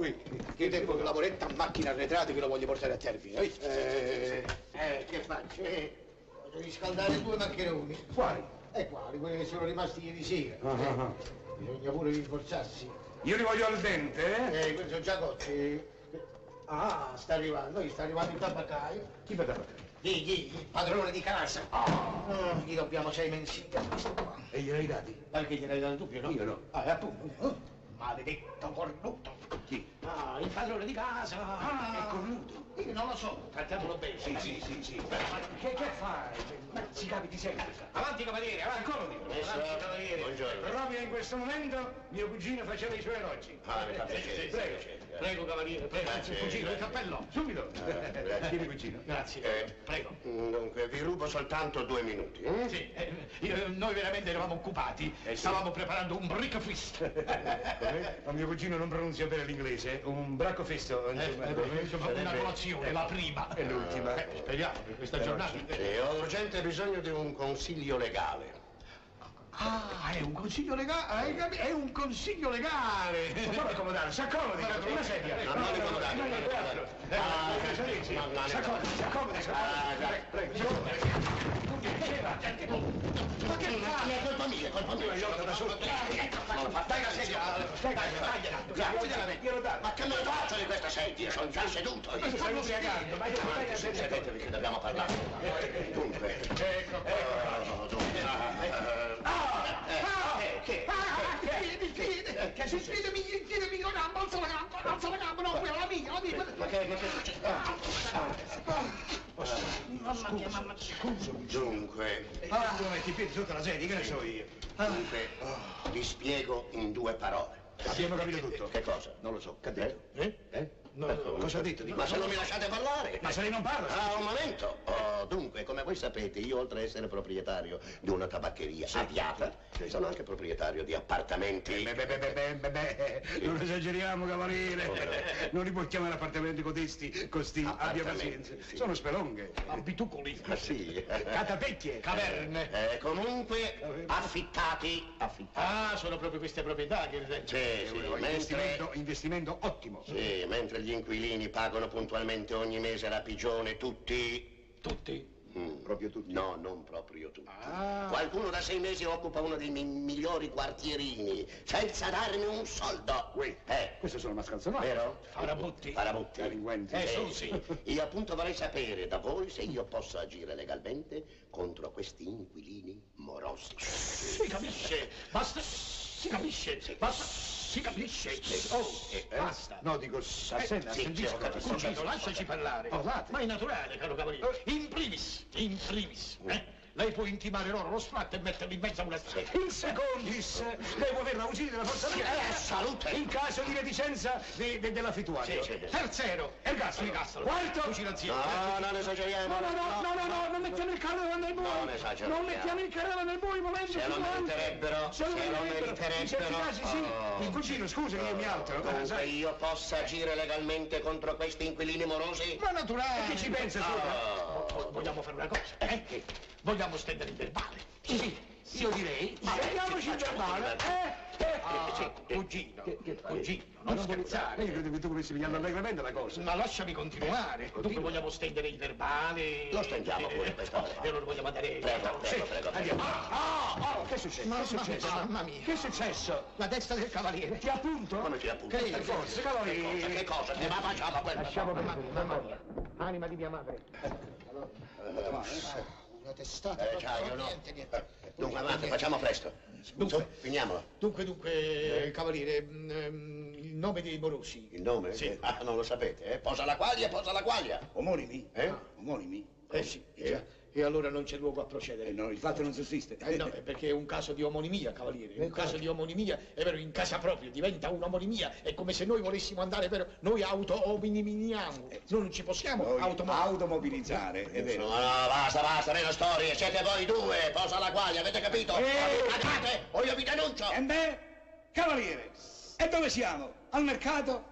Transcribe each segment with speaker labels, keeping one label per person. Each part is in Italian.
Speaker 1: qui. Io tempo che lavoretta a macchina arretrate che lo voglio portare a termine. Eh?
Speaker 2: Eh, eh, che faccio? Eh, voglio riscaldare due maccheroni.
Speaker 1: Quali?
Speaker 2: E quali? Quelli che sono rimasti ieri sera.
Speaker 1: Ah, ah, ah.
Speaker 2: Bisogna pure rinforzarsi.
Speaker 1: Io li voglio al dente, eh?
Speaker 2: Eh, questi sono già cotti. Ah, sta arrivando, sta arrivando il tabaccaio.
Speaker 1: Chi va da parte?
Speaker 2: Chi, chi? Il padrone di casa. Ah, gli dobbiamo sei mensili a questo qua.
Speaker 1: E gliel'hai dati?
Speaker 2: Perché gliel'hai dato tu, no?
Speaker 1: Io no.
Speaker 2: Ah, e appunto. Eh, Maledetto cornuto.
Speaker 1: Chi?
Speaker 2: Ah, il padrone di casa. Ah,
Speaker 1: È cornuto?
Speaker 2: Io non lo so, trattiamolo bene.
Speaker 1: Sì, sì, sì, sì. Che, che fai? Ma ci capiti sempre. Avanti, cavaliere, avanti, comodi. Avanti, cavaliere.
Speaker 3: Buongiorno.
Speaker 1: Proprio eh, in questo momento mio cugino faceva i suoi elogi.
Speaker 3: Ah, mi fa
Speaker 1: Sì,
Speaker 3: piacere,
Speaker 1: sì,
Speaker 3: sì,
Speaker 1: Prego,
Speaker 3: piacere.
Speaker 1: prego, cavaliere, prego.
Speaker 3: Grazie,
Speaker 1: Cugino, il
Speaker 3: grazie.
Speaker 1: cappello, subito.
Speaker 3: grazie.
Speaker 1: Tieni, cugino.
Speaker 2: Grazie.
Speaker 3: Eh.
Speaker 2: Prego.
Speaker 3: Dunque, vi rubo soltanto due minuti. eh?
Speaker 2: Sì, eh, io- noi veramente eravamo occupati.
Speaker 3: sì.
Speaker 2: Stavamo preparando un brick fist.
Speaker 1: Come? Ma mio cugino non pronuncia bene l'inglese, un bracco festo, insomma.
Speaker 2: Eh, insomma, una
Speaker 1: Sarebbe-
Speaker 2: colazione, la prima.
Speaker 1: E l'ultima.
Speaker 2: Eh, speriamo, per questa giornata.
Speaker 3: Sì, ho urgente bisogno di un consiglio legale.
Speaker 2: Ah, è un consiglio legale, eh? è un consiglio legale.
Speaker 1: Può accomodare, Eh, si accomodi, una sedia.
Speaker 3: Non mi ricordate.
Speaker 1: No, no, no, no, no. Eh,
Speaker 3: Ah,
Speaker 1: cosa dici?
Speaker 3: no, no, no.
Speaker 1: Si accomodi, si accomodi, si accomodi.
Speaker 3: Ah, già.
Speaker 1: Prego, prego, si accomodi.
Speaker 3: Ma che fai? È colpa mia, è colpa mia.
Speaker 1: Io sono da solo.
Speaker 3: Ma dai la sedia, dai, dai, dai,
Speaker 1: Grazie. Glielo dà.
Speaker 3: Ma che me ne faccio di questa sedia? Sono già seduto.
Speaker 1: Ma stai ubriacando, ma io stai a
Speaker 3: Avanti, su,
Speaker 1: sedere.
Speaker 3: sedetevi che dobbiamo parlare. Dunque.
Speaker 1: Ecco,
Speaker 3: Ah, dunque. Ah, eh, eh, che?
Speaker 2: Che si chiedemi, chiedemi la gamba, alzo la gamba, alzo la gamba, no, quella la mia, la mia.
Speaker 3: Ma che, ma che succede? Ah,
Speaker 2: Mamma mia, mamma mia.
Speaker 3: Dunque,
Speaker 1: Ah, dove metti i piedi sotto la sedia, che ne so io.
Speaker 3: dunque, vi spiego in due parole.
Speaker 1: Abbiamo capito tutto.
Speaker 3: Che cosa?
Speaker 1: Non lo so, che ha detto? Eh? Eh? Cosa ha detto? Dico,
Speaker 3: Ma se non mi lasciate parlare...
Speaker 1: Ma se lei non parla?
Speaker 3: Ah, un momento. Oh, dunque, come voi sapete, io oltre ad essere proprietario di una tabaccheria a Piata, sono anche proprietario di
Speaker 1: Eh,
Speaker 3: appartamenti.
Speaker 1: Beh, beh, beh, beh, beh, beh, beh, non esageriamo, cavaliere.
Speaker 3: Povero.
Speaker 1: Non li puoi chiamare appartamenti codesti, costi, abbia
Speaker 3: Appartamenti,
Speaker 1: pazienza.
Speaker 3: sì.
Speaker 1: Sono spelonghe,
Speaker 2: Abitucoli,
Speaker 3: Ah, sì.
Speaker 1: catapecchie,
Speaker 2: caverne.
Speaker 3: Eh, comunque, affittati. Affittati.
Speaker 2: Ah, sono proprio queste proprietà che...
Speaker 3: Sì, sì,
Speaker 1: investimento,
Speaker 3: mentre...
Speaker 1: investimento ottimo.
Speaker 3: Sì, mentre gli inquilini pagano puntualmente ogni mese la pigione, tutti...
Speaker 2: Tutti.
Speaker 3: Mm.
Speaker 1: Proprio tutti.
Speaker 3: No, non proprio tutti.
Speaker 1: Ah.
Speaker 3: Qualcuno da sei mesi occupa uno dei mi- migliori quartierini, senza darne un soldo.
Speaker 1: Uè,
Speaker 3: Eh,
Speaker 1: queste sono mascalzonate.
Speaker 3: vero?
Speaker 2: Farabutti.
Speaker 3: Farabutti.
Speaker 1: Delinquenti.
Speaker 2: Eh, sono sì.
Speaker 3: Io appunto vorrei sapere da voi se io posso agire legalmente contro questi inquilini morosi.
Speaker 2: Si capisce, basta, si capisce, basta, si capisce. Oh,
Speaker 1: Eh?
Speaker 2: basta. Eh,
Speaker 1: No, dico, assenna,
Speaker 3: sì, sì, ho
Speaker 1: assentisco.
Speaker 3: capito.
Speaker 1: assentisco.
Speaker 2: Cugino, lasciaci parlare.
Speaker 1: Parlate.
Speaker 2: Ma è naturale, caro cavaliere. In primis, in primis, eh, lei può intimare loro lo sfratto e metterli in mezzo a una strada.
Speaker 1: In secondis, devo aver l'aussilio della forza
Speaker 3: Eh,
Speaker 1: della in
Speaker 3: salute!
Speaker 1: caso di reticenza de- de- della fituaria.
Speaker 3: Sì, sì.
Speaker 2: Terzo,
Speaker 1: Ergastolo.
Speaker 2: ergastolo.
Speaker 1: Quarto.
Speaker 2: Fucilanziere.
Speaker 3: No, non esageriamo.
Speaker 1: No, no, no, no, no, no, non mettiamo il carrello nel buio.
Speaker 3: Non esageriamo.
Speaker 1: Non mettiamo il carrello nel buio, volendo.
Speaker 3: Se lo
Speaker 1: sicuramente.
Speaker 3: meriterebbero,
Speaker 1: Se lo
Speaker 3: se lo
Speaker 1: meriterebbero. In certi
Speaker 3: meriterebbero.
Speaker 1: casi sì.
Speaker 3: Oh.
Speaker 1: Il cugino, scusa, io mi altro. Ah,
Speaker 3: Dunque
Speaker 1: sai.
Speaker 3: io posso agire legalmente contro questi inquilini morosi?
Speaker 1: Ma naturale. Che ci pensa sopra?
Speaker 3: Oh.
Speaker 2: Vogliamo fare una cosa, eh? Vogliamo stendere il verbale.
Speaker 1: Sì, io direi.
Speaker 3: Ma
Speaker 1: Vediamoci
Speaker 3: che
Speaker 1: il
Speaker 3: facciamo
Speaker 1: verbale.
Speaker 3: col
Speaker 1: Eh, eh.
Speaker 2: Ah, cugino, cugino, non
Speaker 1: Io
Speaker 2: scherzare.
Speaker 1: credo che tu volessi pigliare allegramente la cosa.
Speaker 2: Ma lasciami continuare. Dunque vogliamo stendere il verbale.
Speaker 3: Lo stendiamo pure questa volta.
Speaker 2: E lo vogliamo andare.
Speaker 3: Prego,
Speaker 1: Sì,
Speaker 3: prego, prego.
Speaker 1: andiamo. Ah, ah, oh, che è successo? che è successo?
Speaker 2: mamma mia.
Speaker 1: Che è successo?
Speaker 2: La testa del cavaliere.
Speaker 1: Ti appunto?
Speaker 3: Come ti appunto?
Speaker 1: Che forse,
Speaker 3: Che cosa? Eh, Che
Speaker 1: cavaliere.
Speaker 3: cosa? Che ma facciamo quella?
Speaker 1: Lasciamo
Speaker 2: Mamma
Speaker 1: perdere.
Speaker 2: mia, mamma mia. Anima di mia madre.
Speaker 4: Una testata.
Speaker 3: Eh, ciao, io no. Dunque, avanti, facciamo presto. Su,
Speaker 2: Dunque.
Speaker 3: finiamola.
Speaker 2: Dunque, dunque, cavaliere, mm, ehm, il nome dei Morosi.
Speaker 3: Il nome?
Speaker 2: Sì.
Speaker 3: Ah, non lo sapete, eh? Posa la quaglia, posa la quaglia.
Speaker 5: Omonimi?
Speaker 3: Eh?
Speaker 1: Ah.
Speaker 5: Omonimi?
Speaker 2: Eh sì,
Speaker 5: Eh.
Speaker 2: già. E allora non c'è luogo a
Speaker 5: Eh,
Speaker 2: procedere.
Speaker 5: no, il fatto non sussiste.
Speaker 2: Eh no, è perché è un caso di omonimia, cavaliere. È un caso di omonimia, è vero, in casa propria diventa un'omonimia. È come se noi volessimo andare, è vero, noi auto-ominimiamo. Eh, Noi non ci possiamo
Speaker 5: Poi
Speaker 2: automobilizzare.
Speaker 5: automobilizzare, è vero.
Speaker 3: No, no, basta, basta, meno storie, siete voi due, posa la quaglia, avete capito? O
Speaker 1: Eh.
Speaker 3: vi pagate o io vi denuncio!
Speaker 5: E beh, cavaliere, e dove siamo? Al mercato?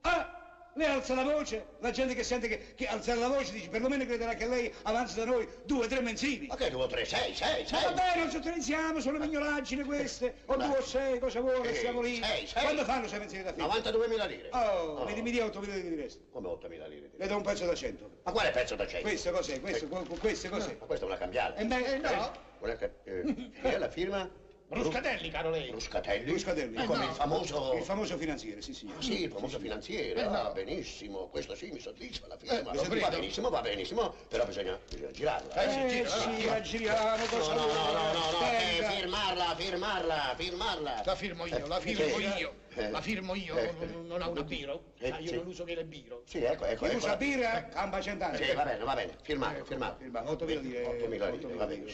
Speaker 5: Ah,
Speaker 1: Lei alza la voce, la gente che sente che, che alzare la voce dice perlomeno crederà che lei avanza da noi due o tre mensili.
Speaker 3: Ma che due o tre, sei, sei,
Speaker 1: Ma
Speaker 3: sei.
Speaker 1: vabbè, non ci utilizziamo, sono mignolaggine queste, o
Speaker 3: Ma-
Speaker 1: due o sei, cosa vuole,
Speaker 3: Sì,
Speaker 1: siamo lì.
Speaker 3: sei, sei.
Speaker 1: Quando fanno sei mensili da fila?
Speaker 3: 92.000 lire.
Speaker 1: Oh,
Speaker 3: Oh.
Speaker 1: mi, mi dia 8.000 di resto.
Speaker 3: Come 8.000 lire?
Speaker 1: Le do un pezzo da 100.
Speaker 3: Ma quale pezzo da cento?
Speaker 1: Questo cos'è, questo, co- questo cos'è?
Speaker 3: Ma questa è una cambiale.
Speaker 1: E beh, eh, no.
Speaker 3: Una ca- eh, è la firma?
Speaker 2: Bruscadelli, caro lei.
Speaker 3: Bruscatelli.
Speaker 1: Bruscatelli. Eh,
Speaker 3: Come
Speaker 1: no.
Speaker 3: il famoso... Ah,
Speaker 1: Il famoso finanziere, sì signore.
Speaker 3: Sì, il famoso finanziere. Ah, benissimo. Questo sì, mi soddisfa la firma.
Speaker 1: mi
Speaker 3: va
Speaker 1: soddisfa.
Speaker 3: benissimo, va benissimo. Però bisogna, bisogna girarla. eh.
Speaker 1: Eh, sì, la giriamo,
Speaker 3: No,
Speaker 1: cosa
Speaker 3: no, no,
Speaker 1: vuole?
Speaker 3: no, no, no, eh,
Speaker 1: Tenga.
Speaker 3: firmarla, firmarla, firmarla.
Speaker 2: La firmo io, la firmo
Speaker 3: Eh,
Speaker 2: io,
Speaker 3: eh.
Speaker 2: la firmo io,
Speaker 3: Eh,
Speaker 2: non, non ha una biro?
Speaker 3: eh,
Speaker 2: Ah, io
Speaker 3: sì.
Speaker 2: non uso che le biro.
Speaker 3: Sì, ecco, ecco.
Speaker 1: Chi
Speaker 3: ecco.
Speaker 1: usa birra, camba cent'anni.
Speaker 3: Sì, va bene, va bene. Firmato, firmato.
Speaker 1: Firma, 8.000 lire.
Speaker 3: 8.000 lire, va bene.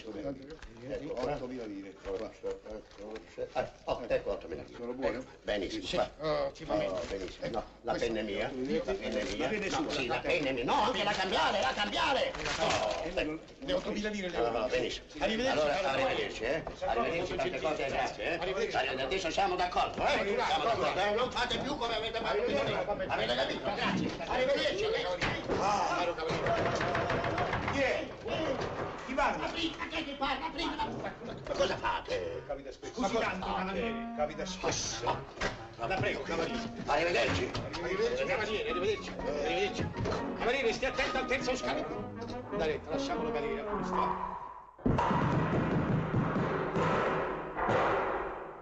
Speaker 1: Ecco, 8.000 lire. Qua.
Speaker 3: Eh, oh, ecco 8.000 lire.
Speaker 1: Sono buone?
Speaker 3: Ecco, Benissimo. qua.
Speaker 2: Oh, ci fa
Speaker 3: Oh, benissimo. No, la penna è mia. La penna è
Speaker 1: La penna è
Speaker 3: mia. No,
Speaker 1: sua.
Speaker 3: sì, la penna è mia. No, anche la cambiale, la cambiale. Oh,
Speaker 1: Eh, non-
Speaker 2: le 8.000 lire le
Speaker 3: No, no,
Speaker 2: ho.
Speaker 3: no, benissimo.
Speaker 2: Arrivederci,
Speaker 3: Allora,
Speaker 2: caro
Speaker 3: arrivederci, eh. Arrivederci, tante cose, grazie, eh.
Speaker 2: Arrivederci.
Speaker 3: Arrivederci, Adesso siamo d'accordo, eh. Siamo d'accordo, eh. Non fate più come avete fatto prima. Avete capito? Grazie. Arrivederci. eh.
Speaker 2: Caro cavaliere.
Speaker 1: Chi è? Chi parla?
Speaker 3: Apri, che ti parla? Apri. Ma cosa fate?
Speaker 1: Capita spesso.
Speaker 2: Così tanto,
Speaker 3: Ah,
Speaker 2: ma non-
Speaker 1: Capita spesso.
Speaker 3: La prego, cavaliere. Arrivederci.
Speaker 2: Cavaliere, arrivederci, arrivederci. Cavaliere, stia attento al terzo scarico. Dai, lasciamolo cadere a questo.